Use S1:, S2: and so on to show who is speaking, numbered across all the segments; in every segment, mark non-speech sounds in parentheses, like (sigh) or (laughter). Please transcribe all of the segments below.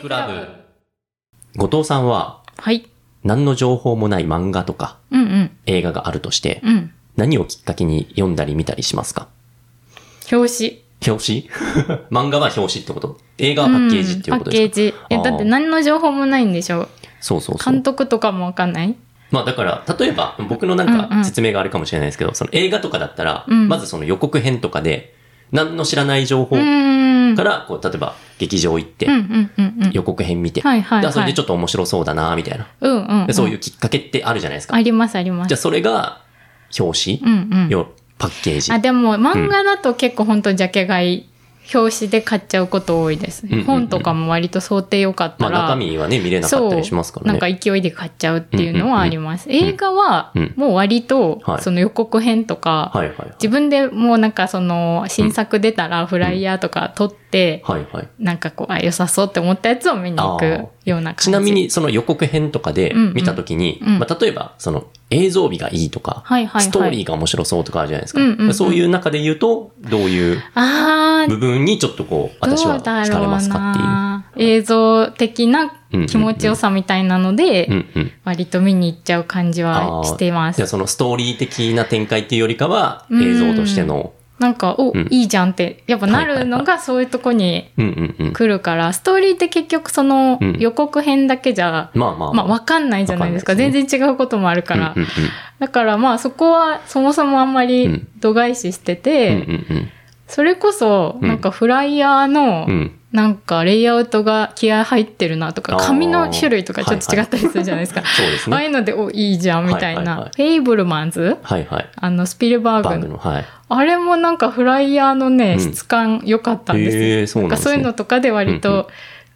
S1: クラブ。後藤さんは、
S2: はい。
S1: 何の情報もない漫画とか
S2: うんうん。
S1: 映画があるとして、
S2: うん。
S1: 何をきっかけに読んだり見たりしますか
S2: 表紙。
S1: 表紙 (laughs) 漫画は表紙ってこと映画はパッケージっていうことですか、
S2: うんパッケージ。いや、
S1: あー
S2: だって何の情報もないんでしょ。
S1: そうそうそう
S2: 監。督とかもわかんない
S1: まあだから、例えば、僕のなん
S2: うんう
S1: か
S2: ん
S1: 説明があるかもしれないですけど、その映画とかだったら、
S2: うん
S1: まずその予告編とかで、何の知らない情報
S2: うー
S1: か
S2: ん。うんうん
S1: ら、こう、例えば劇場行って
S2: う、んうん。
S1: 予告編見て、
S2: はいはいはい
S1: でそれでちょっと面白そうだな、みたいな、
S2: うんうんう
S1: で
S2: ん。
S1: そういうきっかけってあるじゃないですか。
S2: ありますあります
S1: じゃあ。それが、表
S2: うん
S1: 紙、
S2: うん。
S1: よパッケージ
S2: あ、。でも漫画だと結構本当ジャケ買い。表紙で買っちゃうこと多いです
S1: うんうんう
S2: ね。
S1: ん
S2: 本とかも割と想定良かった
S1: まあ
S2: ら。
S1: 中身はね、見れなか
S2: そ
S1: った
S2: う
S1: りしますか
S2: な
S1: ら
S2: んか
S1: ね。
S2: 勢いで買っちゃうっていうのはあります。映画は
S1: うん
S2: もう割と
S1: はい
S2: その予告編とか、
S1: はいはいはい。
S2: 自分でもうなんかその新作出たらフライヤーとか撮って、
S1: はいはい。
S2: なんかこうあ良さそうって思ったやつを見に行くような感じ。
S1: ちなみ、に、その予告編とかで
S2: うんうん
S1: 見たときに、
S2: うん
S1: まあ、例えば、その映像美がいいとか、
S2: はいはいはい
S1: ストーリーが面白そうとかあるじゃないですか。
S2: うんうんうん
S1: そういう中で言うと、どういう
S2: ああ
S1: 部分にちょっとこう、私
S2: ど
S1: は
S2: うだ
S1: 惹か
S2: ろ
S1: れま
S2: う
S1: すか
S2: な。映像的な気持ちよさみたいなので、
S1: っていう。うんうん。
S2: 割と見に行っちゃう感じはしてま
S1: じゃあ
S2: す。
S1: そのストーリー的な展開っていうよりかは、
S2: うん
S1: 映像としての、
S2: なんか、お、
S1: うん
S2: いいじゃんって、やっぱなるのがそういうとこに
S1: うんうんうん。
S2: 来るから、ストーリーって結局その
S1: うん
S2: 予告編だけじゃ、
S1: まあまあ
S2: まあわかんないじゃないですか。
S1: わかんないです
S2: 全然違うこともあるから。
S1: うんうん
S2: だからまあそこはそもそもあんま
S1: う
S2: り
S1: ん
S2: 度外視して
S1: う
S2: て、
S1: ん。うんうん
S2: それこそ
S1: うん
S2: なんかフライヤーの
S1: うん。うん。
S2: なんかレイアウトが気合入ってるなとか、
S1: あー
S2: 紙の種類とかちょっと違ったりするじゃないですか。
S1: そうです
S2: ああい
S1: ね。
S2: うので、お、いいじゃんみたいな。
S1: はいはいはい
S2: フェイブルマンズ
S1: はいはい。
S2: あの、スピルバーグ
S1: バ
S2: の
S1: ーグの、はい。
S2: あれもなんかフライヤーのね、
S1: うん
S2: 質感良かったんですよ
S1: へえそうなんですね
S2: かそういうのとかで割と、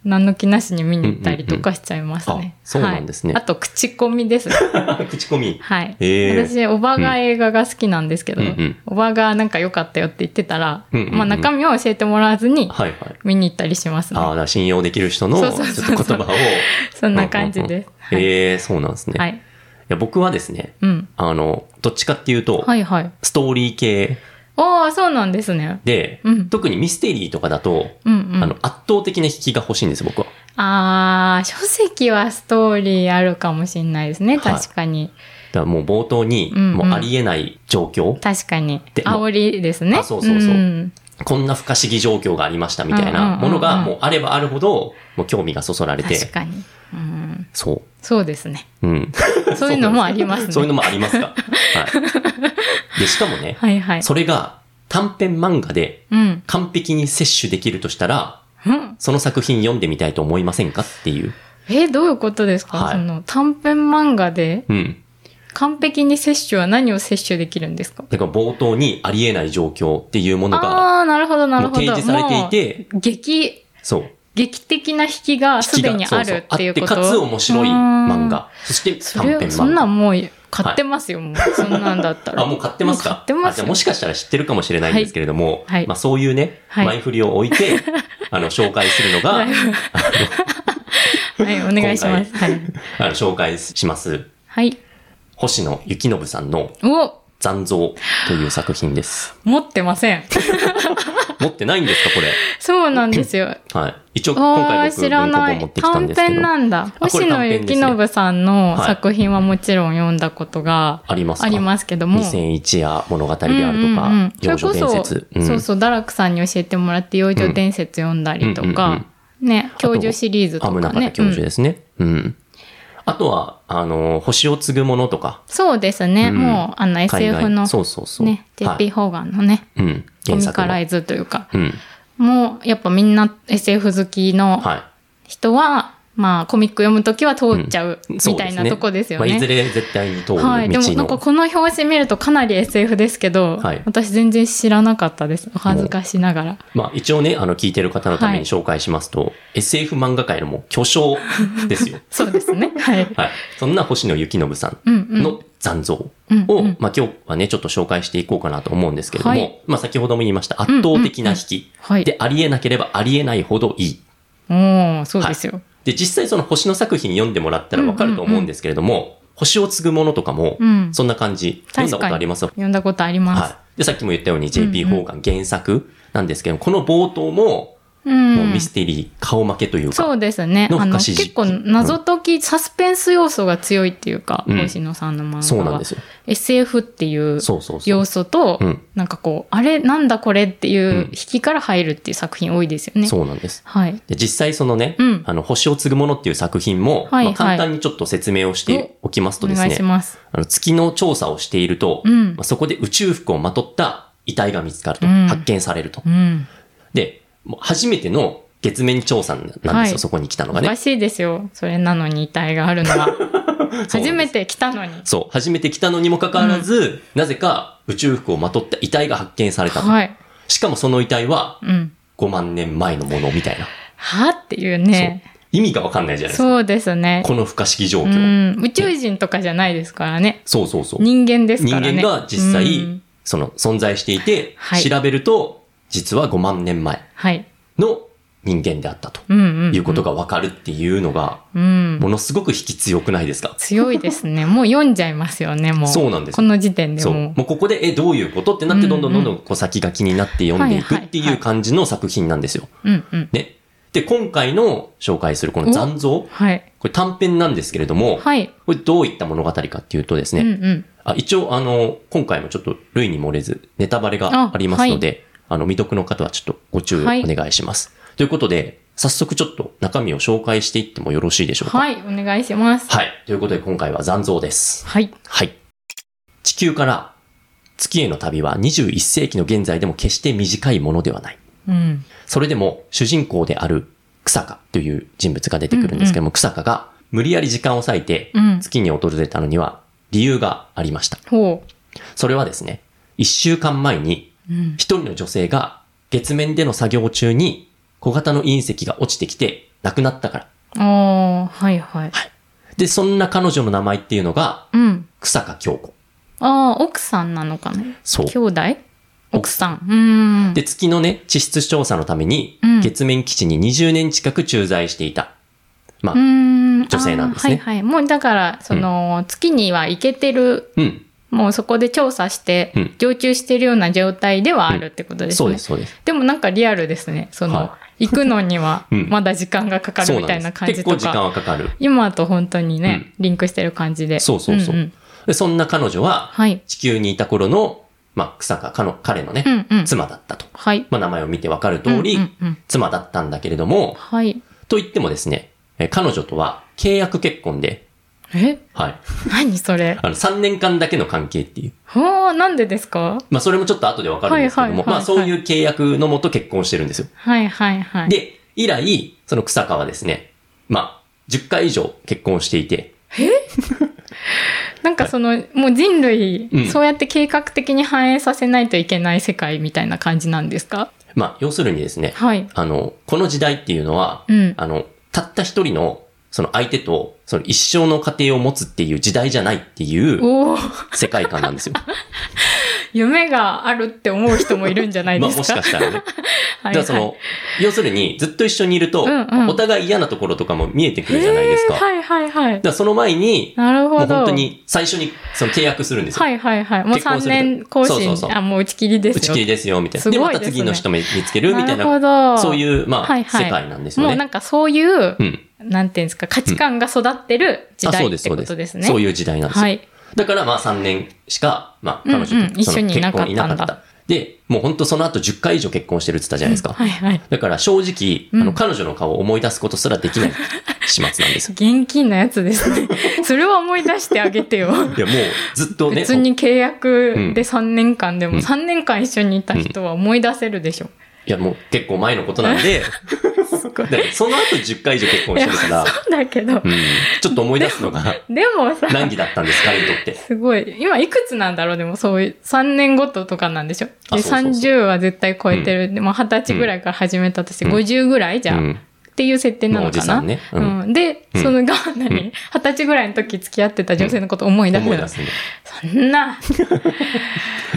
S2: 何の気なしに見に行ったりとかしちゃいます
S1: うんうんうん
S2: ね
S1: あ。そうなんですね
S2: はいあと、口コミですね。 (laughs)
S1: 口コミ。
S2: はい。
S1: へえ
S2: 私、おばが映画が好きなんですけど、
S1: うんうん
S2: おばがなんか良かったよって言ってたら、
S1: うんうんうん
S2: まあ中身を教えてもらわずに
S1: はいはい。
S2: 見に行ったりしますね。
S1: ああ、だから信用できる人のちょ
S2: そ
S1: っ
S2: う
S1: と
S2: そ
S1: 言
S2: うそうそう
S1: 葉を。
S2: そんな感じです。
S1: うんう
S2: は
S1: んうん
S2: い。
S1: へえそうなんですね。
S2: はいい。
S1: や、僕はですね、
S2: うん。
S1: あの、どっちかっていうと、
S2: はいはい。
S1: ストーリー系
S2: ああ、そうなんですね。
S1: で、
S2: うん
S1: 特にミステリーとかだと、
S2: うんうん。
S1: あの、圧倒的な引きが欲しいんです、僕は。
S2: あー書籍はストーリーあるかもしれないですね
S1: はい
S2: 確かに、
S1: だからもう冒頭に、
S2: うんうん
S1: もうありえない状況、
S2: 確かに
S1: でも
S2: 煽りですね
S1: あそうそうそうんこんな不可思議状況がありましたみたいなもの
S2: うん
S1: が、
S2: うんうんうん
S1: もうあればあるほど、もう興味がそそられて
S2: 確、かに、うん、
S1: そ
S2: そうですね
S1: う。うん。
S2: (laughs) そういうのもありますね
S1: そういうのもあります
S2: (laughs)
S1: か。はい。で、しかもね、
S2: はいはい
S1: それが短編漫画で
S2: うん、
S1: 完璧に摂取できるとしたら、
S2: うん、
S1: その作品読んでみたいと思いませんかっていう。
S2: えどういうことですか、
S1: はい
S2: その短編漫画で
S1: うん。
S2: 完璧に摂取は何を摂取できるんですか
S1: だから冒頭にありえない状況っていうものが、
S2: ああーなるほどなるほど
S1: もう提示されていて
S2: もう劇
S1: そう。
S2: 劇的な引きがすでにあるっていうこと
S1: そうそうあって、かつ面白い漫
S2: うん
S1: 画。そして
S2: そ
S1: 短編漫
S2: れ
S1: 画。
S2: そんなんもう買ってますよ、もうそんなんだったら
S1: あ、もう買ってますか
S2: もう買ってま
S1: あ
S2: す
S1: じ
S2: よ
S1: ゃあもしかしたら知ってるかもしれないんですけれども、
S2: はいはい
S1: まあそういうね、
S2: はい
S1: 前振りを置い
S2: (laughs)
S1: て、あの、紹介するの (laughs) が、あの
S2: はい、お願いします。はい。
S1: (laughs) あの、紹介します。
S2: はい。
S1: 星野幸信さんの
S2: お
S1: 残像という作品です。
S2: 持ってません。
S1: 持ってないんですか、こ
S2: (laughs)
S1: れ。
S2: そうなんですよ。
S1: はい。一応、今
S2: あ
S1: 回
S2: あ、
S1: 僕、
S2: 知ら
S1: 文庫
S2: な
S1: 本持
S2: い
S1: っ。てきたん
S2: 短
S1: ですけ
S2: 編
S1: ど。
S2: なんだ。
S1: あこれ
S2: 星
S1: 短
S2: 野
S1: 編ですね
S2: 幸信さんの
S1: はい
S2: 作品はもちろん読んだことが
S1: ありますか
S2: ありますけども。
S1: 2001夜物語であるとか、
S2: うんうんうん
S1: 幼女伝
S2: それこ
S1: 説。
S2: そ、そうそう、堕落さんに教えてもらって、幼女伝説読んだりと
S1: うんうんうん
S2: か、ね、教授シリーズと
S1: アムナ
S2: か
S1: カ
S2: ね
S1: タ。教授ですね。うん。あとは、あの、星を継ぐものとか、
S2: うんそうですね。
S1: うん
S2: もう、あの、
S1: 海
S2: SF
S1: 外
S2: の、
S1: そうそうそう。
S2: ね、
S1: はい
S2: JP ホーガンのね、
S1: うん。
S2: コ
S1: 原
S2: ミ
S1: 作
S2: カ
S1: の
S2: ライズというか、
S1: うん。
S2: もう、やっぱみんな SF 好きの、
S1: は
S2: 人は、まあ、コミック読むときは通っちゃう、
S1: い。そう
S2: みたいなとこですよね。
S1: まあ、いずれ絶対に通る道の。
S2: はい、でもなんかこの表紙見るとかなり SF ですけど、
S1: はい
S2: 私全然知らなかったですお恥ずかしながら
S1: まあ一応ね、あの聞いてる方のため
S2: は
S1: に
S2: い
S1: 紹介しますと、SF 漫画界のもう巨匠です
S2: (laughs)
S1: よ。
S2: そうで
S1: (laughs)
S2: すねはい
S1: はい。そんな星野幸信さん
S2: うんうん
S1: の残像を、
S2: うんうん
S1: まあ今日はね、ちょっと紹介していこうかなと思うんですけれども、
S2: はい
S1: まあ先ほども言いました圧倒的な引き、
S2: はい
S1: で、ありえなければありえないほどいい。
S2: おおそうですよ、
S1: で、実際その星の作品読んでもらったらわかると思うんですけれども、星を継ぐものとかも
S2: う、ん
S1: そんな感じ、読んだことあります
S2: 読んだことあります、
S1: はい。で、さっきも言ったように
S2: うん
S1: JP ホーガン原作なんですけど、この冒頭も、
S2: うん。
S1: もうミステリー顔負けというか、
S2: そうですね。
S1: の
S2: あ
S1: 不
S2: の、
S1: 可思議
S2: 結構謎解き、サスペンス要素が強いっていうか、
S1: うん
S2: 星野さんの漫画は。
S1: そうなんですよ。
S2: SF っていう
S1: そうそうそう。
S2: 要素と、
S1: うん
S2: なんかこう、あれなんだこれっていう
S1: うん
S2: 引きから入るっていう作品多いですよね。
S1: そうなんです。
S2: はい。
S1: で実際そのね、
S2: うん
S1: あの、星を継ぐものっていう作品も、
S2: はい
S1: まあ、簡
S2: は
S1: 単にちょっと説明をしておきます
S2: お
S1: とです
S2: 願い
S1: ね
S2: し、ます。
S1: あの月の調査をしていると、
S2: うん
S1: まあそこで宇宙服をまとった遺体が見つかると、
S2: うん
S1: 発見されると。
S2: うん。
S1: で、もう初めての月面調査なんですよ、
S2: はい
S1: そこに来たの
S2: お
S1: がね
S2: か。しいですよ。それなのに遺体があるのは。
S1: (laughs) そう
S2: 初めて来たのに。
S1: そう、初めて来たのにもかかわらず、なぜか宇宙服をまとった遺体が発見されたと。
S2: はい。
S1: しかもその遺体は
S2: うん。
S1: 5万年前のものみたいな。
S2: はっていうね。
S1: そう意味がわかんないじゃないですか。
S2: そうですね。
S1: この不可思議状
S2: う
S1: 況。
S2: ん。宇宙人とかじゃないですからね。
S1: そうそうそう。
S2: 人間ですからね。
S1: 人間が実
S2: う
S1: 際
S2: ん、
S1: その存在していて、
S2: はい
S1: 調べると、実は5万年前
S2: はい。
S1: の人間であったと
S2: うんうん、うん。
S1: いうことがわかるっていうのが、
S2: うん。
S1: ものすごく引き強くないですか
S2: 強いで
S1: (laughs)
S2: すね。もう読んじゃいますよね、もう。
S1: そうなんです
S2: この時点で
S1: そう。
S2: も
S1: もうここで、え、どういうことってなって、どんどんどんどんこう先が気になって読んでいくって
S2: はいはい
S1: い
S2: は
S1: う
S2: い
S1: 感じの作品なんですよ。
S2: う。うんうん。
S1: ね。で、今回の紹介するこの残像、
S2: はい。
S1: これ短編なんですけれども、
S2: はい。
S1: これどういった物語かっていうとですね、
S2: うんうん。
S1: あ一応、あの、今回もちょっと類に漏れず、ネタバレがありますので、あ,、の、未読の方はちょっとご注意
S2: はい
S1: お願いします。ということで、早速ちょっと中身を紹介していってもよろしいでしょうか。はい。
S2: はい、お願いします。
S1: ということで、今回は残像です。
S2: はい。
S1: はい。地球から月への旅は21世紀の現在でも決して短いものではない。
S2: うん。
S1: それでも主人公である草香という人物が出てくるんですけども、草香が無理やり時間を割いて
S2: うん
S1: 月に訪れたのには理由がありました。
S2: ほ
S1: それはですね、一週間前に
S2: う。うん。
S1: 一人の女性が月面での作業中に小型の隕石が落ちてきて亡くなったから。
S2: ああ、はいはい。
S1: で、そんな彼女の名前っていうのが
S2: うん。
S1: 草香京子。
S2: ああ、奥さんなのかな
S1: そう。
S2: 兄弟奥さん。うん。
S1: で、月のね、地質調査のために
S2: うん
S1: 月面基地に20年近く駐在していた。まあ、
S2: うん。
S1: 女性なんですね
S2: あーはいはい。もうだから、その、月には行けてる、
S1: うん、
S2: もうそこで調査して
S1: うん、
S2: 常駐してるような状態ではあるってことですね。
S1: そうです、そうです。
S2: でもなんかリアルですね。その、
S1: は
S2: 行くのには
S1: (laughs) うん
S2: まだ時間がかか
S1: そ
S2: る
S1: う
S2: み
S1: な
S2: た
S1: ん
S2: い
S1: で
S2: な
S1: す。
S2: 感
S1: 結
S2: じと
S1: 構
S2: か。
S1: 時間はかかる。
S2: 今と本当にね、リンクしてる感じで。
S1: そうそうそう。
S2: んん
S1: でそんな彼女は
S2: はい。
S1: 地球にいた頃の、まあ、草香、彼の彼のね、
S2: うんうん。
S1: 妻だったと。
S2: はい。
S1: まあ、名前を見てわかる通り、
S2: うんうんうん
S1: 妻だったんだけれども、
S2: はい。
S1: と言ってもですね、えー彼女とは契約結婚で、
S2: え
S1: はい。
S2: 何それ (laughs)
S1: あの、3年間だけの関係っていう。
S2: ほう、なんでですか
S1: まあ、それもちょっと後でわかるんですけども、
S2: はいは
S1: ま
S2: いはいはい
S1: あ、そういう契約のもと結婚してるんですよ。
S2: はいはいはい。
S1: で、以来、その草香はですね、まあ、10回以上結婚していて、
S2: なんかその、もう人類、
S1: うん
S2: そうやって計画的に反映させないといけない世界みたいな感じなんですか
S1: まあ、要するにですね、
S2: はい。
S1: あの、この時代っていうのは、
S2: うん
S1: あの、たった一人の、その相手と、その一生の家庭を持つっていう時代じゃないっていう
S2: おお、
S1: 世界観なんですよ。
S2: 夢があるって思う人もいるんじ (laughs) ゃな
S1: (laughs)
S2: い
S1: ま
S2: で
S1: あ
S2: す
S1: も
S2: か。
S1: しかしたらね。
S2: (laughs) はい
S1: だからそ
S2: はい
S1: の、要するにずっと一緒にいると、
S2: うんうん
S1: お互い嫌なところとかも見えてくるじゃないですか。
S2: え
S1: だ
S2: ー
S1: か
S2: はいはいはい。
S1: らその前に、
S2: なるほど。
S1: もう本当に最初にその契約するんですよ。
S2: はいはいはい。もう
S1: 結婚
S2: 3
S1: すると
S2: 年更新。
S1: そうそうそう
S2: あ、もう打ち切りですよ。
S1: 打ち切りですよ、みたいな。
S2: すご
S1: で、
S2: い
S1: また
S2: ですね
S1: 次の人見つける、みたい
S2: なるほ
S1: な。
S2: ど。
S1: そういう、まあ、
S2: はいはい
S1: 世界なんですよ
S2: もう
S1: ね。
S2: なんかそういう、
S1: うん。
S2: なんていうんですか、価値観が育ってる時
S1: あ、
S2: 代
S1: そう
S2: っ
S1: です、
S2: て
S1: そう
S2: こ
S1: で
S2: と
S1: す。
S2: ですね。
S1: そういう時代なんですよ。
S2: はい。
S1: だからまあ3年しか、まあ
S2: うんう
S1: 彼
S2: ん
S1: 女とそ
S2: 一緒
S1: の
S2: にい
S1: 結
S2: なかった
S1: 婚
S2: ん
S1: い
S2: だ
S1: なかった。で、もう本当その後10回以上結婚してるって言ったじゃないですか。
S2: はいはい。
S1: だから正直、
S2: うん
S1: あの彼女の顔を思い出すことすらできない始末なんです
S2: (laughs)
S1: よ。
S2: 現金なやつですね。 (laughs) それは思い出してあげてよ。
S1: いやもうずっとね、
S2: 別に契約
S1: ん
S2: で3年間で
S1: う
S2: も
S1: ん
S2: 3年間一緒にいた人は思い出せるでしょ。
S1: いやもう結構前のことなんで、
S2: (laughs) すご
S1: だ
S2: い。
S1: からその後10回以上結婚してるから、
S2: そうだけど
S1: う、ん、ちょっと思い出すのが
S2: でもさ、
S1: 難儀だったんです、彼にとって。
S2: すごい。今いくつなんだろうでもそういう、3年ごととかなんでしょで、
S1: あそうそうそ
S2: 30は絶対超えてる。でも20歳ぐらいから始めたとして、
S1: うん
S2: 50ぐらいじゃ、、
S1: うんん、
S2: っていう設定な
S1: もう
S2: の
S1: おじ
S2: か
S1: さ
S2: な。
S1: んね。う、
S2: うんん、で、
S1: うん
S2: そのが、何二十歳ぐらいの時付き合ってた女性のこと思い出す。
S1: 思い出すんだ。
S2: そんな、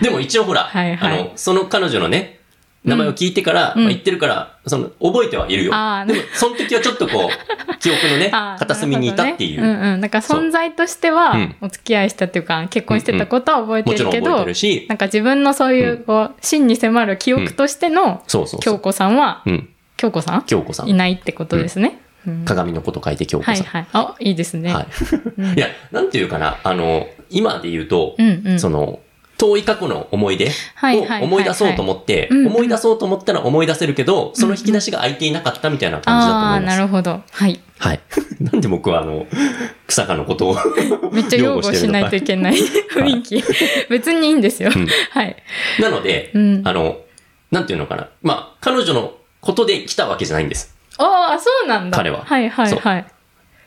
S1: でも一応ほら、
S2: はいはい
S1: あの、その彼女のね、名前を聞いてから、
S2: うん
S1: まあ、言ってるから、その、覚えてはいるよ。
S2: あー
S1: でも、その時はちょっとこ
S2: (laughs)
S1: う、記憶のね、
S2: あ
S1: (laughs)
S2: ー
S1: 片隅にいたってい
S2: なるほ
S1: う。
S2: どねうんうん。だから存在としては
S1: そううん、
S2: お付き合いしたっていうか、結婚してたことは覚え
S1: も
S2: て
S1: ち
S2: る
S1: ろん
S2: け
S1: 覚え
S2: ど、
S1: てるし、
S2: なんか自分のそういう、こう、真に迫る記憶としての、
S1: そうそうそう。
S2: 京子さんは、
S1: うん。
S2: 京子さん
S1: 京子さ
S2: い
S1: ん。
S2: ないってことですね。うん
S1: 鏡のこと書いて京子さ
S2: は
S1: ん。
S2: いはい。あ、いいですね。
S1: はい
S2: うん
S1: いや、なんていうかな、あの、今で言うと、
S2: うんうん。
S1: その、遠い過去の思い出
S2: はいはいはいはい
S1: を思い出そうと思って、
S2: うんうん
S1: 思い出そうと思ったら思い出せるけど、その引き出しが開いていなかったみたいな感じだと
S2: あ
S1: 思
S2: あ
S1: い
S2: ー、
S1: ま
S2: な
S1: す。
S2: るほど。はい。
S1: はい。 (laughs) なんで僕はあの、草加のことを、
S2: めっちゃ擁護しないといけない雰囲気。別にいいんですよ。
S1: うん
S2: はい。
S1: なので、
S2: うん
S1: あの、なんていうのかな、まあ、彼女のことで来たわけじゃないんです。
S2: ああ、そうなんだ。
S1: 彼は
S2: はいはいはい。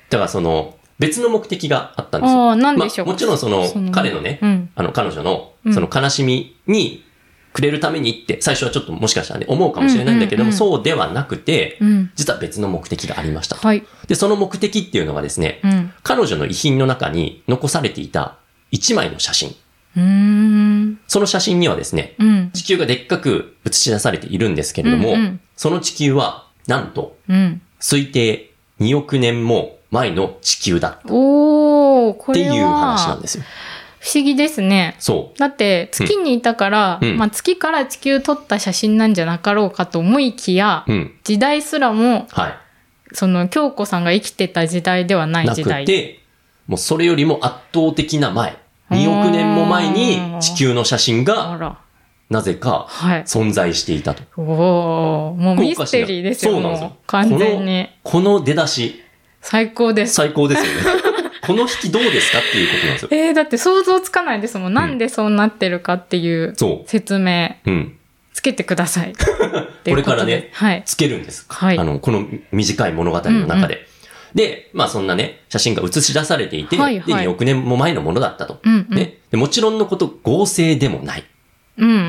S1: だからその、別の目的があったんですよ。
S2: ああ、なんでしょう
S1: ま
S2: か。
S1: あもちろんその彼のね
S2: うん。
S1: あの、彼女の
S2: う、ん
S1: その悲しみに、くれるためにって、最初はちょっともしかしたらね、思うかもしれないんだけども、
S2: うんうんうん
S1: そうではなくて、
S2: うん。
S1: 実は別の目的がありましたと。
S2: はい。
S1: で、その目的っていうのがですね、
S2: うん。
S1: 彼女の遺品の中に残されていた一枚の写真。
S2: うーん。
S1: その写真にはですね、
S2: うん。
S1: 地球がでっかく映し出されているんですけれども、
S2: うんうん
S1: その地球は、なんと、
S2: うん。
S1: 推定2億年も前の地球だ
S2: おー、こ
S1: って
S2: れ
S1: いう話なん
S2: は
S1: ですよ。
S2: 不思議ですね。
S1: そ
S2: だって月にいたから、
S1: うん
S2: まあ、月から地球撮った写真なんじゃなかろうかと思いきや、
S1: う。うん。
S2: 時代すらも
S1: はい。
S2: その京子さんが生きてた時代ではない
S1: な
S2: 時
S1: く
S2: 代
S1: て、もうそれよりも圧倒的な前、2億年も前に地球の写真
S2: あ
S1: が
S2: ら
S1: なぜか
S2: はい
S1: 存在していたと。
S2: おおもうミステリーですよ
S1: そうなんですよ
S2: もう完全に
S1: この出だし、
S2: 最高です
S1: 最高ですよね。
S2: (laughs)
S1: この引きどうですかっていうことなんですよ。
S2: えー、だって想像つかないですもんなんでそうなってるかっていう
S1: そ
S2: 説明
S1: う。うん。
S2: つけてくだ
S1: (laughs)
S2: さいこ
S1: これからね
S2: はい
S1: つけるんです。
S2: はい
S1: あの、この短い物語の中で。で、まあそんなね、写真が写し出されていて、
S2: はいはい
S1: で、2億年も前のものだったと。
S2: うんうん、
S1: ねで。もちろんのこと合成でもない
S2: うんうんうん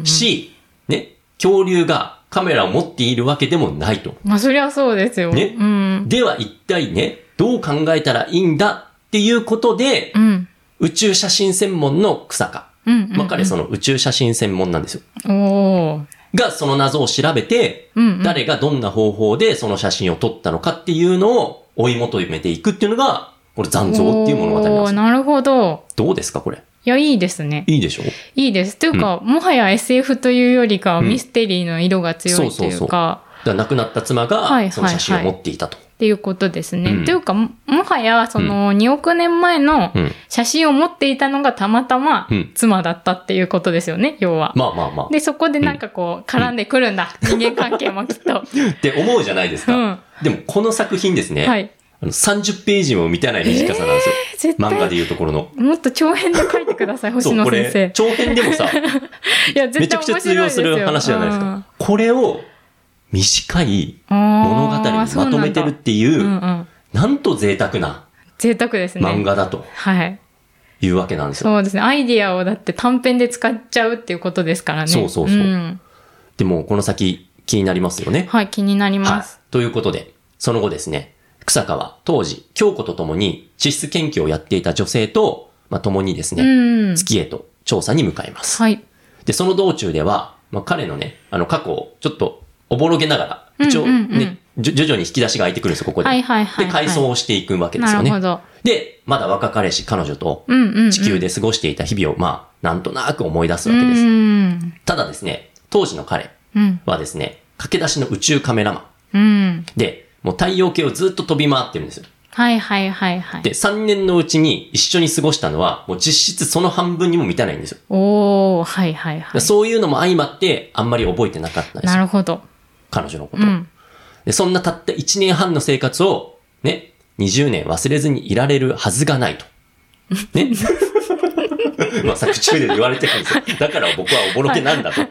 S2: うん
S1: し、ね、恐竜がカメラを持っているわけでもないと。
S2: まあそりゃそうですよ、
S1: ね
S2: うん
S1: では一体ね、どう考えたらいいんだっていうことで
S2: う、ん
S1: 宇宙写真専門の草か。
S2: うんうん
S1: まあ、彼その宇宙写真専門なんですよ。
S2: おー
S1: が、その謎を調べて、
S2: うんうん
S1: 誰がどんな方法でその写真を撮ったのかっていうのを追い求めていくっていうのが、これ残像っていう物語なんで
S2: おー
S1: すよ。
S2: なるほど
S1: どうですかこれ。
S2: いやいいですね
S1: いいでしょ
S2: いいです。というか、もはや SF というよりかは
S1: うん
S2: ミステリーの色が強いと
S1: そう
S2: い
S1: そうそうう
S2: か、
S1: だから亡くなった妻
S2: はいはいは
S1: が、
S2: い
S1: その写真を持っていたと。
S2: っていうことですね。
S1: うん
S2: というか、ももはやその2億年前の
S1: うん。
S2: 写真を持っていたのがたまたま
S1: うん
S2: 妻だったっていうことですよね、要は。
S1: まあまあまあ。
S2: で、そこでなんかこう、絡んでくるんだ。人間関係もきっ
S1: (laughs)
S2: と。
S1: って思うじゃないです
S2: う
S1: か。
S2: ん。
S1: でも、この作品ですね。
S2: はい。
S1: あの30ページも満たない短さなんですよ。
S2: 絶
S1: 漫画で
S2: 対、
S1: いうところの。
S2: もっと長編で書いてください、
S1: (laughs) そ
S2: 星
S1: う、
S2: 野
S1: こ
S2: 先
S1: れ
S2: 生、。
S1: 長編でも
S2: (laughs)
S1: さ、
S2: いや、絶
S1: めちゃく
S2: 対
S1: ちゃ
S2: 面
S1: 通
S2: 白い
S1: 用
S2: ですすよ。
S1: る話じゃないです
S2: うん
S1: か。。これを短い物語
S2: 物
S1: にまとめてるっていう、
S2: う
S1: なん
S2: うん。
S1: と贅沢な
S2: 贅沢ですね。
S1: 漫画だと
S2: はい。
S1: いうわけなんですよ。
S2: そうですね。アイディアをだって短編で使っちゃうっていうことですからね。
S1: そうそうそうんでも、この先気になりますよね。
S2: はい、気になりま
S1: はい
S2: す。。
S1: ということで、その後ですね、草川は当時、京子と共に地質研究をやっていた女性と、まあ、共にですね、
S2: うん。
S1: 月へと調査に向かいます。
S2: はい。
S1: で、その道中では、まあ、彼のね、あの過去をちょっとおぼろげながら、一応
S2: うんうんうん
S1: ね、じょ徐々に引き出しが開いてくるんですよ、ここで。
S2: はいはいはいはい。
S1: で、改装をしていくわけですよ
S2: なるほ
S1: ね。
S2: ど。
S1: で、まだ若彼氏、彼女と
S2: うんうん、うん。
S1: 地球で過ごしていた日々を、まあ、なんとなく思い出すわけで
S2: う
S1: す。
S2: ん。
S1: ただですね、当時の彼
S2: うん。
S1: はですね、駆け出しの宇宙カメラマン
S2: うん。
S1: で、もう太陽系をずっと飛び回ってるんですよ。
S2: はいはいはいはい。
S1: で、3年のうちに一緒に過ごしたのは、もう実質その半分にも満たないんですよ。
S2: おー、はいはいはい。
S1: そういうのも相まって、あんまり覚えてなかったんです
S2: な
S1: よ。
S2: るほど。
S1: 彼女のこ
S2: う
S1: とを。
S2: ん。
S1: で、そんなたった1年半の生活を、ね、20年忘れずにいられるはずがないと。ね。
S2: (laughs)
S1: まあ、作中で言われてるんですよ。だから僕はおぼろけなんだと。い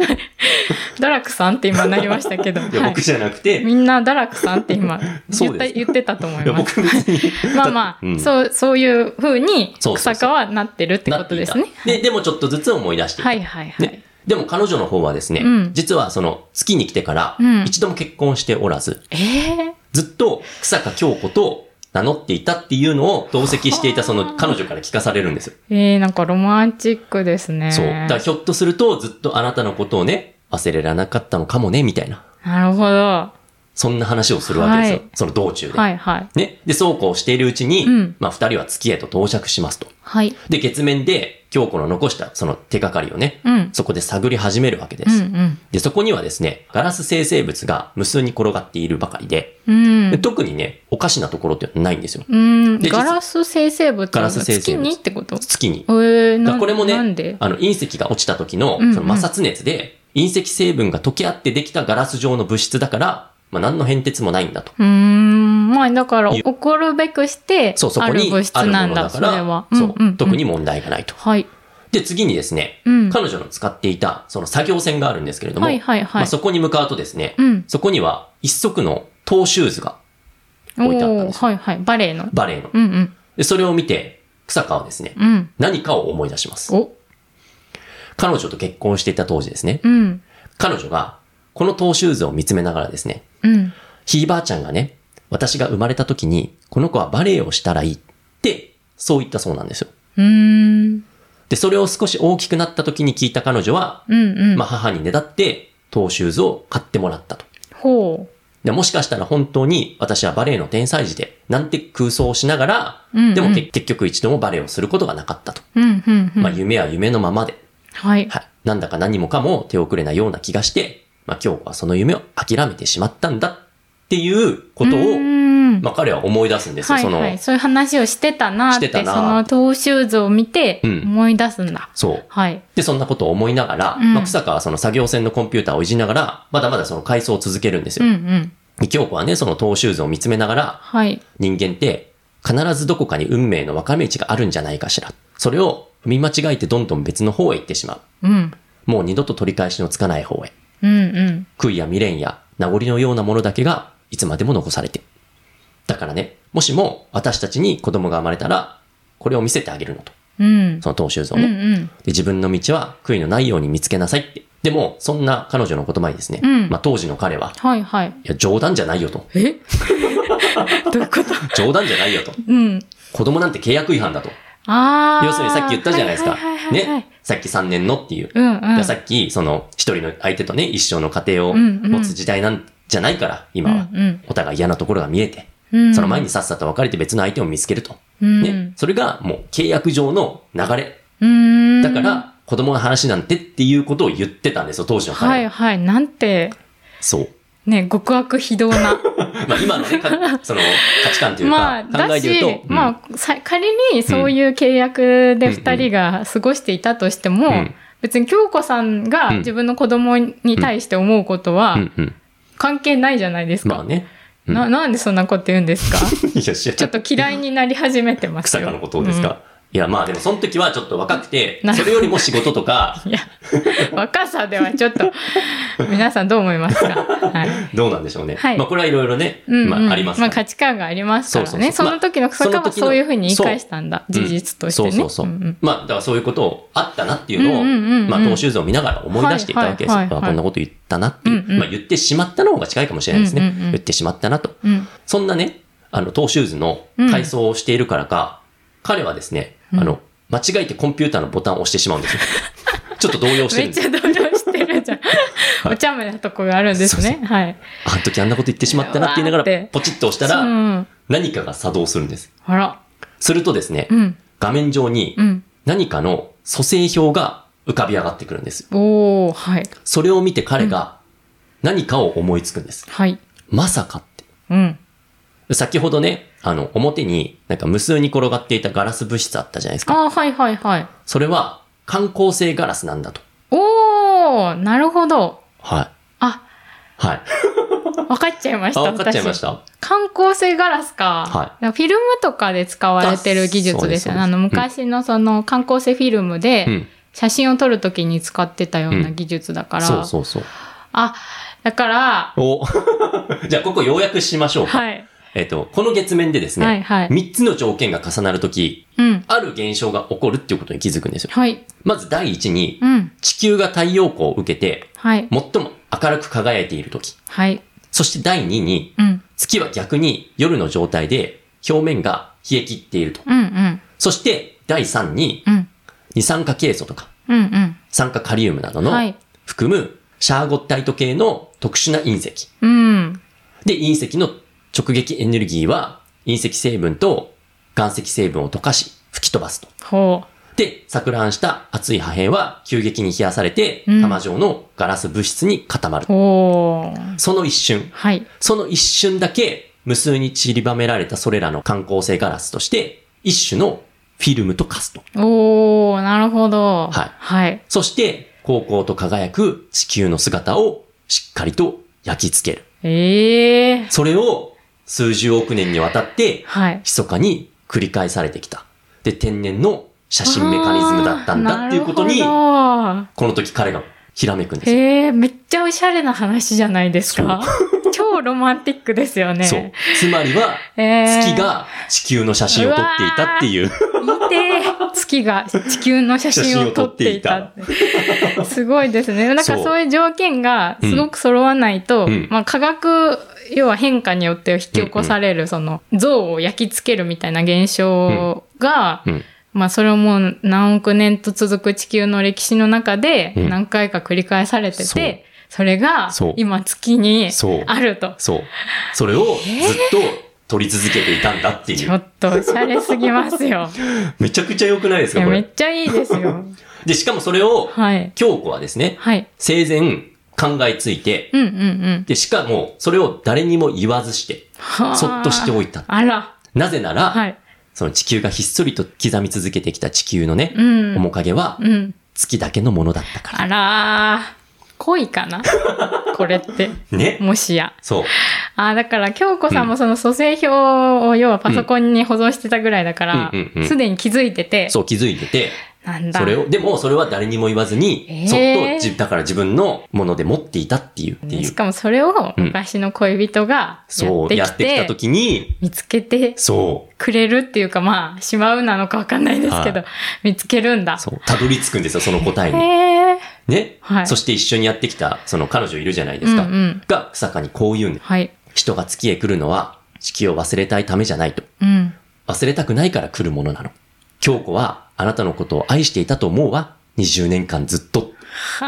S2: ダラクさんって今なりましたけど。
S1: や、
S2: はい
S1: 僕。じゃなくて、い
S2: みんなダラクさんって今
S1: (laughs) そ
S2: 言
S1: う
S2: っ
S1: で
S2: た
S1: す
S2: 言ってたと思い
S1: や、
S2: ます。
S1: 僕別に。
S2: まあまあ、
S1: うん
S2: そう、そういう風に
S1: そうそうそう
S2: 草加はなってるってことですね
S1: なっ。ていたで、でもちょっとずつ思い出していた
S2: はいはいはい。
S1: ね。でも彼女の方はですね、
S2: うん
S1: 実はその月に来てから
S2: うん
S1: 一度も結婚しておらず、
S2: ええ
S1: ずっと草加京子と名乗っていたっていうのを同席していたその彼女から聞かされるんですよ。
S2: ええなんかロマンチックですね。
S1: そう。だからひょっとするとずっとあなたのことをね、忘れられなかったのかもね、みたいな。
S2: なるほど。
S1: そんな話をするわけですよ。
S2: はい
S1: その道中で。
S2: はいはい。
S1: ね。で、そうこうしているうちに、
S2: うん
S1: まあ二人は月へと到着しますと。
S2: はい。
S1: で、月面で京子の残したその手がかりをね、
S2: うん
S1: そこで探り始めるわけで
S2: うん
S1: す。
S2: うん
S1: で、そこにはですね、ガラス生成物が無数に転がっているばかりで、
S2: うん
S1: で特にね、おかしなところってないんですよ。
S2: うん
S1: で実
S2: ガラス生成物
S1: ガラス生成
S2: 月
S1: 物
S2: にってこと
S1: 月に。
S2: えー、
S1: だか
S2: な
S1: ら
S2: ん
S1: これも
S2: なん
S1: ね
S2: で、
S1: あの、隕石が落ちた時の
S2: うんうん
S1: その摩擦熱で、隕石成分が溶け合ってできたガラス状の物質だから、まあ、何の変哲もないんだと。
S2: うーん、まあだから、
S1: いう
S2: 怒るべくして、
S1: そう、そこ
S2: ある
S1: に
S2: 物質
S1: ある
S2: な
S1: も
S2: ん
S1: の
S2: だ、
S1: だ
S2: そ
S1: か
S2: れ
S1: ら
S2: は、。
S1: そ
S2: んんん
S1: う、特に。問題がないと。
S2: はい。
S1: で、次にですね、
S2: うん。
S1: 彼女の使っていた、その作業船があるんですけれども、
S2: はいはい
S1: ま
S2: は
S1: あ
S2: い。
S1: そこに向かうとですね、
S2: うん。
S1: そこには一足のトーシューズが
S2: お
S1: 置いてあったんで
S2: お
S1: すよ。
S2: はいはい。バレエの。
S1: バレエの。
S2: うんうん。
S1: で、それを見て、草川はですね、
S2: うん。
S1: 何かを思い出します。
S2: お
S1: 彼女と結婚していた当時ですね、
S2: うん。
S1: 彼女が、このトーシューズを見つめながらですね、
S2: うん。
S1: ひいばあちゃんがね、私が生まれた時に、この子はバレエをしたらいいって、そう言ったそうなんですよ。
S2: うーん。
S1: で、それを少し大きくなった時に聞いた彼女は、
S2: うんうん。
S1: まあ母にねだって、トーシューズを買ってもらったと。
S2: ほ
S1: でもしかしたら本当に私はバレエの天才児で、なんて空想をしながら、
S2: うんうん
S1: でもけ結局一度もバレエをすることがなかったと。
S2: う。うんうんうん。
S1: まあ夢は夢のままで、
S2: はい。
S1: はい。なんだか何もかも手遅れなような気がして、まあ今日はその夢を諦めてしまったんだっていうこと
S2: うー
S1: を、
S2: ん
S1: まあ彼は思い出すんですよ。
S2: はい
S1: その、
S2: はい。そういう話をしてたなっ
S1: してた
S2: て、そ
S1: な
S2: のトーシューズを見て、
S1: うん
S2: 思い出すんだ。
S1: そう。
S2: はい。
S1: で、そんなことを思いながら、
S2: うん
S1: まあ草川はその作業船のコンピューターをいじりながら、まだまだその回想を続けるんです
S2: う
S1: よ。
S2: んうん。
S1: で京子はね、そのトーシューズを見つめながら、
S2: はい。
S1: 人間って必ずどこかに運命の分かれ道があるんじゃないかしら。それを踏み間違えてどんどん別の方へ行ってしま
S2: うん。
S1: う。もう二度と取り返しのつかない方へ。
S2: うんうん。
S1: 悔いや未練や名残のようなものだけがいつまでも残されて。だからね、もしも私たちに子供が生まれたら、これを見せてあげるのと。
S2: うん。
S1: そのトーシューズを
S2: うん
S1: ね。
S2: うん。
S1: で自分の道は悔いのないように見つけなさいって。でも、そんな彼女の言葉にですね、
S2: うん
S1: まあ当時の彼は、
S2: はい
S1: (laughs)
S2: はい。
S1: いや、冗談じゃないよと。
S2: えどういうこと
S1: 冗談じゃないよと。
S2: うん。
S1: 子供なんて契約違反だと。
S2: ああ。
S1: 要するにさっき言ったじゃないですか
S2: はいはい。はいはいはい
S1: ね。。さっき3年のっていう。
S2: うんうん。
S1: さっき、その、一人の相手とね、一生の家庭を
S2: うんうん
S1: 持つ時代なんじゃないから、今は
S2: うんうん。
S1: お互い嫌なところが見えて、
S2: うん
S1: その前にさっさと別れて別の相手を見つけると。
S2: うん
S1: ね。それがもう契約上の流れ。
S2: うーん。
S1: だか、ら、子供の話なんてっていうことを言ってたんですよ、当時の
S2: は
S1: 彼
S2: い
S1: は。
S2: はい。なんて、
S1: そう。
S2: ね、極悪非道
S1: (laughs)
S2: な。
S1: まあ今のね、
S2: (laughs)
S1: かその価値観という
S2: まあ、
S1: か、考
S2: だ
S1: えで言う
S2: し
S1: と、、うん
S2: まあ、さ仮にそういう契約で二人が過ごしていたとしても
S1: うん、
S2: 別に京子さん
S1: う
S2: が
S1: ん
S2: 自分の子供に対して思うことは
S1: うんうん。
S2: 関係ないじゃないです
S1: まあ
S2: か。
S1: ね。 (laughs) うん
S2: な、なんでそんなこと言うん
S1: (laughs)
S2: ですか
S1: いや、知ら
S2: ちょっと嫌いになり始めてます
S1: 草
S2: よ。
S1: 加のことをですか、いや、まあでも、その時はちょっと若くて
S2: な、る
S1: そ
S2: ほど
S1: れよりも仕事とか、
S2: いや、 (laughs) 若さではちょっと、皆さんどう思いますか、はい
S1: どうなんでしょうね。
S2: はい
S1: まあ、これはいろいろね、
S2: うんうん
S1: まあ、あります
S2: ま
S1: か
S2: あ
S1: ら、
S2: 価値観がありますからね。
S1: そ
S2: そう
S1: そうそう
S2: の時の草川
S1: まあ
S2: は
S1: その時の
S2: そういうふうに言い返したんだ。
S1: そう
S2: 事実としてね。
S1: うんそうそうそう。
S2: んん
S1: まあ、だからそういうことをあったなっていうのを、
S2: うんうんうんうん
S1: まあ、トーシューズを見ながら思い出していたわけですよ。
S2: はいはいはいはい
S1: あこんなこと言ったなっていう。
S2: うんうん
S1: まあ、言ってしまったの方が近いかもしれないですね。
S2: うんうんうん
S1: 言ってしまったなと。
S2: うん
S1: そんなね、あの、トーシューズの改装をしているからか、彼はですね、あの、間違えてコンピューターのボタンを押してしまうん
S2: (laughs)
S1: ですよ。ちょっと動揺して
S2: め
S1: るん
S2: っ
S1: です
S2: ちゃ動揺してる
S1: (laughs)
S2: じゃん。お茶目なとこがあるんですね。はい。
S1: あの時あんなこと言ってしまったなって言いなが
S2: うわー
S1: ら
S2: って、
S1: ポチッと押した
S2: う
S1: ら、
S2: ん。
S1: 何かが作動するんです。
S2: あら。
S1: するとですね
S2: う、ん。
S1: 画面上に
S2: うん。
S1: 何かの組成表が浮かび上がってくるんです。
S2: おー、はい。
S1: それを見て彼が何かを思いつくんです。
S2: はい。
S1: まさかって。
S2: うん。
S1: 先ほどね、あの、表になんか無数に転がっていたガラス物質あったじゃないですか。
S2: あーはいはいはい。
S1: それは観光性ガラスなんだと。
S2: おー、なるほど。
S1: はい。
S2: あ、
S1: はい。
S2: 分かっちゃいまし
S1: あ、
S2: た。
S1: わかっちゃいまし
S2: 私
S1: た。
S2: 観光性ガラスか。
S1: は
S2: フィルムとかで使われてる技術ですよね。
S1: あ
S2: あ
S1: そうです
S2: の、昔のその観光性フィルムで
S1: うん、
S2: 写真を撮るときに使ってたよう
S1: う
S2: なん技術だから。
S1: そうそうそう。
S2: あ、だから、
S1: お (laughs) じゃあ、ここ要約しましょうか。
S2: はい。
S1: えっと、この月面でですね、
S2: はいはい
S1: 3つの条件が重なるとき、
S2: うん。
S1: ある現象が起こるっていうことに気づくんですよ。
S2: はい。
S1: まず第一に、
S2: うん。
S1: 地球が太陽光を受けて、
S2: はい。
S1: 最も明るく輝いているとき。
S2: はい。
S1: そして第二に、
S2: うん。
S1: 月は逆に夜の状態で表面が冷え切っていると。
S2: うんうん。
S1: そして第三に、
S2: うん。
S1: 二酸化ケイ素とか
S2: うんうん。
S1: 酸化カリウムなどの
S2: はい
S1: 含むシャーゴッタイト系の特殊な隕石。
S2: うん。
S1: で、隕石の直撃エネルギーは隕石成分と岩石成分を溶かし吹き飛ばすと。
S2: ほう。
S1: って錯乱した熱い破片は急激に冷やされて、
S2: うん
S1: 玉状のガラス物質に固まる。
S2: おー。
S1: その一瞬、
S2: はい。
S1: その一瞬だけ無数に散りばめられたそれらの感光性ガラスとして、一種のフィルムと化すと。
S2: おー、なるほど。
S1: はい
S2: はい。
S1: そして、高光と輝く地球の姿をしっかりと焼き付ける。
S2: ええー。
S1: それを数十億年にわたって、
S2: はい。
S1: 密かに繰り返されてきた。で、天然の写真メカニズムだったんだっていうことに、
S2: あ
S1: こ
S2: ーなるほ
S1: の時彼がひらめくんで
S2: ど
S1: すよ。
S2: えー、めっちゃおしゃれな話じゃないですか。超ロマンティックですよね。
S1: そう。つまりは、
S2: えー
S1: 月が地球の写真を撮っていたっていう。
S2: いてー、月が地球の写真を撮っていた。すごいですね。なんか
S1: そう
S2: そういう条件がすごく揃わないと、
S1: うん
S2: まあ科学、要は変化によって引き起こされる、その像を焼き付けるみたいな現象が、
S1: うん。
S2: まあそれをもう何億年と続く地球の歴史の中で
S1: うん
S2: 何回か繰り返されて
S1: そう
S2: て、それが
S1: そう
S2: 今月に
S1: そう
S2: あると。
S1: そう。それをずっと撮り続けていたんだってい
S2: ちょ
S1: う。
S2: っとおしゃれすぎま
S1: (laughs)
S2: すよ。
S1: めちゃくちゃ良くないです
S2: い
S1: か、
S2: や
S1: こ
S2: め
S1: れ。
S2: っちゃいいですよ。
S1: で、しかもそれを、
S2: はい。
S1: 京子はですね、
S2: はい。
S1: 生前考えついて、
S2: うんうんうん。
S1: で、しかもそれを誰にも言わずして、
S2: はあ
S1: そっとしておいた。
S2: あら。
S1: なぜなら、
S2: はい。
S1: その地球がひっそりと刻み続けてきた地球のね、
S2: うん
S1: 面影は
S2: うん。
S1: 月だけのものだったか
S2: あらー。恋
S1: (laughs)
S2: かなこれって。
S1: ら。ね。
S2: もしや。
S1: そう。
S2: ああ、だから、京子さんもその蘇生表を、要はパソコンに保存してたぐらいだから
S1: うんうんうんう、ん
S2: すでに気づいてて、
S1: そう気づいてて、
S2: なんだ。
S1: それを、でもそれは誰にも言わずに、
S2: えー
S1: そっとじ、だから自分のもので持っていたっていう、ってい
S2: し
S1: う。
S2: かもそれを
S1: うん
S2: 昔の恋人がやっ
S1: そう、
S2: て
S1: や
S2: き
S1: ってきた
S2: て、
S1: 時に、
S2: 見つけて
S1: そ
S2: くれるっていうか、まあ、しまうなのかわかんないですけど、見つけるんだ
S1: う、。そう、たどり着くんですよ、その答えに。
S2: へえ。
S1: ね、
S2: はい
S1: そして一緒にやってきた、その彼女いるじゃないで
S2: うん
S1: す
S2: う
S1: か。
S2: ん。
S1: が、草かにこう言うんです。
S2: はい。
S1: 人が月へ来るのは、地球を忘れたいためじゃないと。
S2: うん。
S1: 忘れたくないから来るものなの。京子はあなたのことを愛していたと思うわ。20年間ずっと。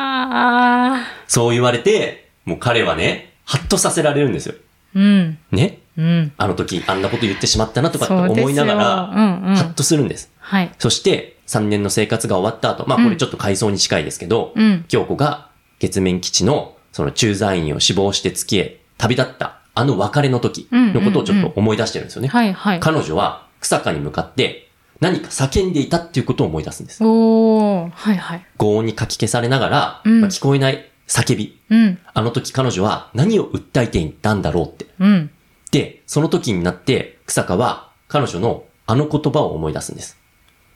S2: はあ。
S1: そう言われて、もう彼はね、ハッとさせられるんですよ。
S2: うん。
S1: ね。
S2: うん。
S1: あの時あんなこと言ってしまったなとかって
S2: そうですよ
S1: 思いながら、
S2: うんうん
S1: ハッとするんです。
S2: はい。
S1: そして、3年の生活が終わった後、まあこれちょっと回想に近いですけど、
S2: うん。
S1: 京子が月面基地のその駐在員を死亡して月へ旅立った、あの別れの時のことをちょっと思い出してるんですよね。
S2: はいはい。
S1: 彼女は草かに向かって何か叫んでいたっていうことを思い出すんです。
S2: おー。はいはい。
S1: 轟音にかき消されながら、
S2: うん
S1: まあ聞こえない叫び。
S2: うん。
S1: あの時彼女は何を訴えていたんだろうって。
S2: うん。
S1: で、その時になって、草香は彼女のあの言葉を思い出すんです。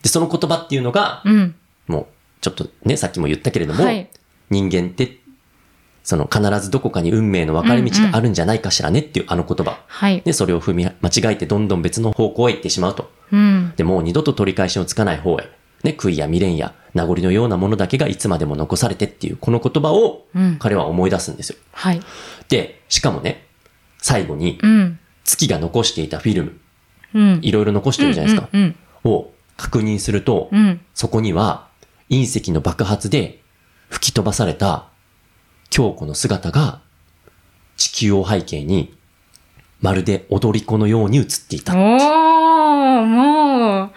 S1: で、その言葉っていうのが、
S2: うん。
S1: もう、ちょっとね、さっきも言ったけれども、
S2: はい
S1: 人間って、その必ずどこかに運命の分かれ道があるんじゃないかしらねっていうあの言葉。
S2: はい。
S1: で、それを踏み、間違えてどんどん別の方向へ行ってしまうと。
S2: うん。
S1: で、もう二度と取り返しのつかない方へ。ね、悔いや未練や名残のようなものだけがいつまでも残されてっていう、この言葉を
S2: うん。
S1: 彼は思い出すんですよ。
S2: はい。
S1: で、しかもね、最後に
S2: うん。
S1: 月が残していたフィルム、
S2: うん。
S1: いろいろ残してるじゃないですか。
S2: うんうん
S1: を確認すると、
S2: うん。うん。
S1: そこには隕石の爆発で吹き飛ばされた京子の姿が地球を背景にまるで踊り子のように映っていた。
S2: おー、もう、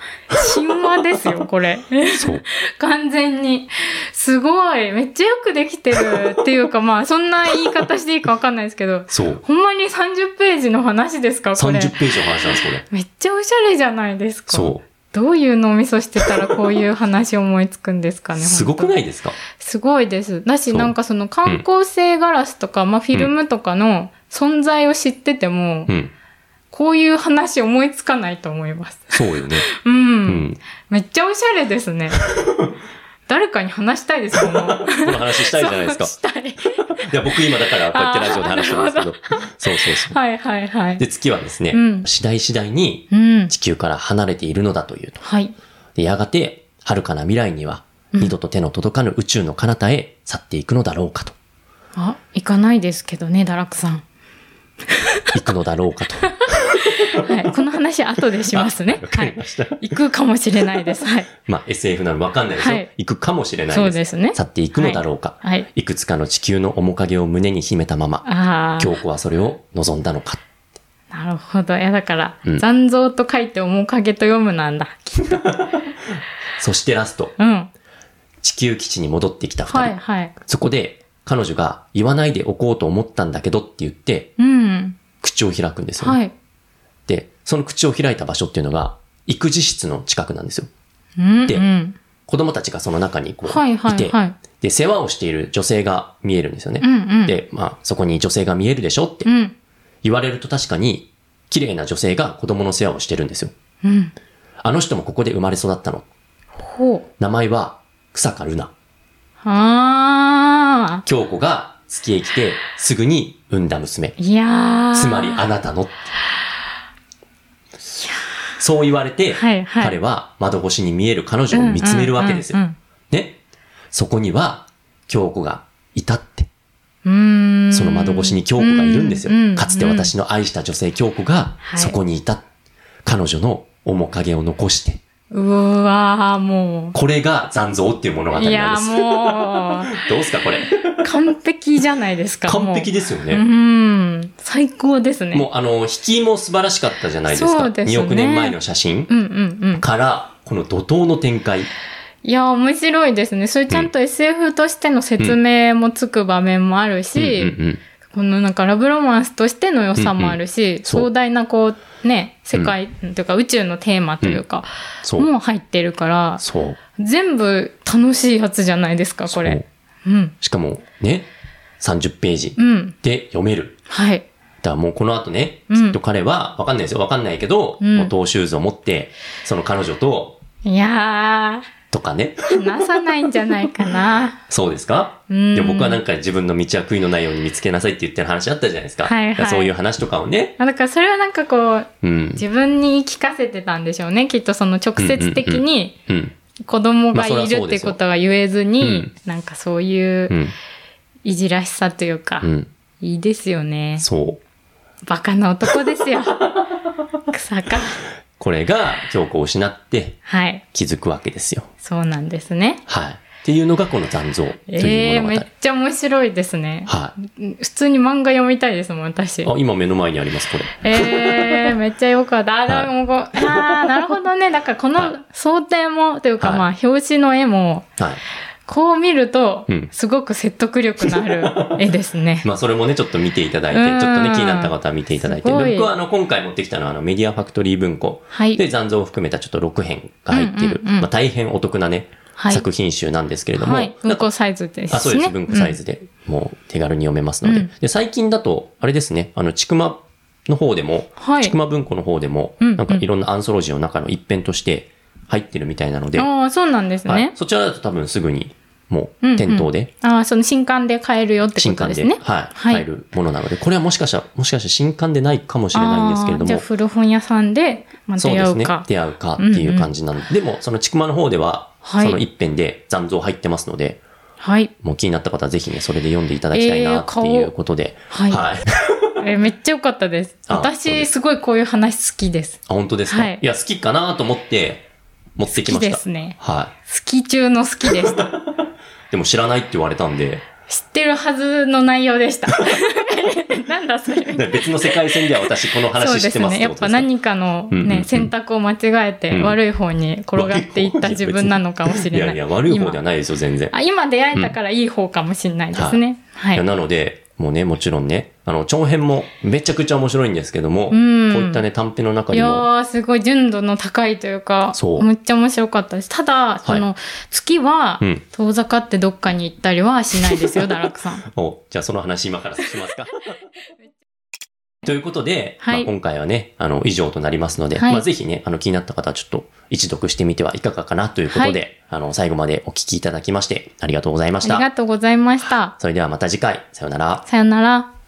S2: 神話ですよ、これ。 (laughs)
S1: そう。
S2: 完全に。すごい。めっちゃよくできてるっていうか、まあ、そんな言い方していいかわかんないですけど、 (laughs)
S1: そう。
S2: ほんまに30ページの話ですか、これ。
S1: 30ページの話なんです、これ。
S2: めっちゃおしゃれじゃないですか。
S1: そ
S2: どういう脳みそしてたらこういう話思いつくんですか
S1: う。
S2: ね。
S1: すごく
S2: 本
S1: な
S2: 当
S1: いですか
S2: すごいです。だし、
S1: そう
S2: なんかその観光性ガラスとか、まあフィルムとかの存在を知ってても、
S1: うん。
S2: こういう話思いつかないと思います。
S1: そうよね。
S2: う。
S1: うんん。
S2: めっちゃおしゃれですね。誰かに話したいですもん。。
S1: この話したいじゃないですか
S2: (laughs) したい。
S1: いや、僕今だからこうやってラジオで話してますけど。
S2: あ
S1: そうそうそう。
S2: はいはいはい。
S1: で、月はですね、
S2: うん
S1: 次第次第に
S2: うん。
S1: 地球から離れているのだというと。
S2: はい。
S1: で、やがて、遥かな未来には、
S2: うん
S1: 二度と手の届かぬ宇宙の彼方へ去っていくのだろうか
S2: (laughs)
S1: と。
S2: あ、行かないですけどね、堕落さん。
S1: 行くのだろうかと。
S2: はい。この話後でしま
S1: (laughs)
S2: すね。は
S1: り
S2: い
S1: ました。
S2: 行くかもしれないです。はい。
S1: まあ、SF なのわかんないですよ、
S2: はい
S1: 行くかもしれないです。
S2: そうですね
S1: 去っていくのだろうか。
S2: はい。
S1: いくつかの地球の面影を胸に秘めたまま、
S2: ああ。
S1: 京子はそれを望んだのか。
S2: なるほど。いや、だから、
S1: うん
S2: 残像と書いて面影と読むなんだ。
S1: そしてラスト、
S2: うん。
S1: 地球基地に戻ってきた二人。
S2: はいはい。
S1: そこで、彼女が言わないでおこうと思ったんだけどって言って、
S2: うん。
S1: 口を開くんですよ、ね
S2: はい。
S1: で、その口を開いた場所っていうのが、育児室の近くなんですよ。
S2: うん、
S1: で
S2: うん。
S1: 子供たちがその中にこう、
S2: はいはいい
S1: て、
S2: はい。
S1: で、世話をしている女性が見えるんですよね。
S2: うんうん。
S1: で、まあ、そこに女性が見えるでしょって
S2: うん。
S1: 言われると確かに、綺麗な女性が子供の世話をしてるんですよ。
S2: うん。
S1: あの人もここで生まれ育ったの。
S2: ほう。
S1: 名前は、草加ルナ。
S2: ああ。
S1: 京子が月へ来て、すぐに産んだ娘。
S2: いやー。
S1: つまりあなたのって。そう言われて、
S2: はいはい
S1: 彼は窓越しに見える彼女を見つめるわけですよ。
S2: うん
S1: ね。そこには、京子がいたって。
S2: うんうん。うーん
S1: その窓越しに京子がいるんですよ
S2: うう。
S1: かつて私の愛した女性京子が
S2: はい
S1: そこにいた。彼女の面影を残して。
S2: うわー、も
S1: これが残像っていう物語な
S2: う。
S1: ん
S2: い
S1: で
S2: やー、
S1: す。
S2: もう、
S1: どうすかこれ。
S2: 完璧じゃないですか。
S1: (laughs) 完璧
S2: で
S1: ですよ
S2: すう
S1: ね。
S2: ん。最高ですね。
S1: もうあの、引きも素晴らしかったじゃないです
S2: そ
S1: か。
S2: うですね
S1: 2億年前の写真
S2: うんうんうん。
S1: から、この怒涛の展開。
S2: いや、面白いですね。それちゃんと SF としての説明もつく場面もあるし、
S1: うんうんうん
S2: このなんかラブロマンスとしての良さもあるし、
S1: そう
S2: 壮大なこう、ね、世界、というか宇宙のテーマというか、
S1: そう。
S2: もう入ってるから、
S1: そう。
S2: 全部楽しいやつじゃないですか、これ。うん。
S1: しかも、ね、30ページ
S2: うん。
S1: で読める。
S2: はい。
S1: だからもうこの後ね、
S2: うん
S1: きっと彼は、わかんないですよ。わかんないけど、
S2: うん
S1: もうトーシューズを持って、その彼女と、
S2: いや
S1: とかね。
S2: ー、話さないんじゃない
S1: (laughs)
S2: かな。
S1: そうですか、
S2: うん
S1: で僕はなんか自分の道は悔いのないように見つけなさいって言ってる話あったじゃないですか。
S2: はいはい
S1: だからそういう話とかをね。
S2: あだからそれはなんかこう、
S1: うん。
S2: 自分に言い聞かせてたんでしょうね。きっとその直接的に
S1: うん。
S2: 子供がい
S1: まあそりゃ
S2: る
S1: そう
S2: っ
S1: で
S2: て
S1: すよ
S2: ことは言えず
S1: う
S2: に
S1: ん、。
S2: なんかそういううんいじらしさというか
S1: う、ん。
S2: いいですよね。
S1: そう。
S2: バカな男で
S1: (laughs)
S2: すよ。草か。
S1: これが、強子を失って
S2: はい。
S1: 気づくわけですよ。
S2: そうなんですね。
S1: はい。っていうのがこの残像と
S2: え
S1: い
S2: え
S1: う
S2: ー、
S1: 物
S2: め
S1: 語。
S2: っちゃ面白いですね。
S1: はい。
S2: 普通に漫画読みたいですもん、私。
S1: あ、今目の前にあります、これ。
S2: えー、めっちゃよかった。あ、でもこう、あーなるほ
S1: (laughs)
S2: どね。だからこ
S1: は
S2: の想定も、というか
S1: はい
S2: まあ、表紙の絵も、
S1: はい。
S2: こう見ると
S1: うん、
S2: すごく説得力のあ
S1: (laughs)
S2: る絵ですね。
S1: まあそれもね、ちょっと見ていただい
S2: うん
S1: て、ちょっとね、気になった方は見ていただいて。
S2: すごい
S1: で僕はあの、今回持ってきたのはあの、メディアファクトリー文庫。
S2: はい
S1: で、残像を含めたちょっと6編が入っている、
S2: うんうんうん
S1: まあ大変お得なね、
S2: はい
S1: 作品集なんですけれども。
S2: はい。文庫サイズですね。
S1: あ、そうです。文庫サイズで、もう手軽に読めますので。
S2: うん
S1: で、最近だと、あれですね、あの、ちくまの方でも、
S2: はい
S1: ちくま文庫の方でも、
S2: うんうん
S1: なんかいろんなアンソロジーの中の一編として入ってるみたいなの
S2: う
S1: で、
S2: ん。ああ、そうなんです
S1: はい
S2: ね。
S1: そちらだと多分すぐに、も
S2: うんう
S1: う、
S2: ん
S1: 店頭で
S2: ああ、その新刊で買えるよってこ
S1: 新
S2: と
S1: 刊
S2: で
S1: で、
S2: すね。
S1: はい、
S2: はい
S1: 買えるものなので、これはもしかしたら、もしかしたら新刊でないかもしれないんですけれ
S2: あーじゃあ
S1: ど
S2: 古本屋さんで、ま
S1: も、
S2: あ、出
S1: そうで
S2: 会
S1: す
S2: う
S1: ね
S2: か。。
S1: 出会うかっていう感じなので、でも、そのちくまの方では、
S2: はい
S1: その一編で残像入ってますので、
S2: はい。
S1: もう気になった方はぜひね、それで読んでいただきたい
S2: え
S1: な
S2: ー
S1: って
S2: 買おう
S1: いうことで、
S2: はい
S1: はい。 (laughs)
S2: えめっちゃ良かったです。
S1: あそうで
S2: 私、
S1: す
S2: すごいこういう話好きです。
S1: あ、本当ですか、
S2: はいい、
S1: や、好きかなと思って、持って
S2: 好
S1: き
S2: き
S1: まし
S2: で
S1: た。
S2: すね。
S1: は
S2: 好き中の好きで
S1: (laughs)
S2: した。
S1: い。でも知らないって言われたんで、
S2: 知ってるはずの内容
S1: (laughs)
S2: でした。なんだそれ。
S1: 別の世界線では私この
S2: そう
S1: 話知
S2: で
S1: って
S2: す
S1: ますっ
S2: ね。
S1: て
S2: や
S1: こ
S2: っ
S1: と
S2: ぱ
S1: ですか
S2: 何かの
S1: うんうんう
S2: ね
S1: ん、
S2: 選択を間違え
S1: う
S2: て
S1: ん
S2: 悪い方に転がっていった自分なのかもしれない。
S1: いやいや、悪い方では
S2: 今
S1: ないですよ、全然。
S2: あ、今出会えたからいい方かもしれないですね。はい
S1: や
S2: い。
S1: なので、もうね、もちろんね、あの、長編もめちゃくちゃ面白いんですけども、こう
S2: うん
S1: いったね、短編の中
S2: い
S1: に
S2: や
S1: も、
S2: ー、すごい純度の高いというか、
S1: そう
S2: めっちゃ面白かったです。ただ、その、月は
S1: うん、
S2: 遠ざかってどっかに行ったりはしないですよ、堕落さん。
S1: おじゃあその話今からし
S2: (laughs)
S1: ますか。ということで、
S2: はい
S1: まあ、今回はね、あの、以上となりますので、
S2: はい
S1: まあ、ぜひね、あの、気になった方はちょっと一読してみてはいかがかなということで、
S2: は
S1: あの、最後までお聞きいただきまして、ありがとうございまし
S2: ありが
S1: た。
S2: とうございました。
S1: それではまた次回、さようなら。
S2: さよなら。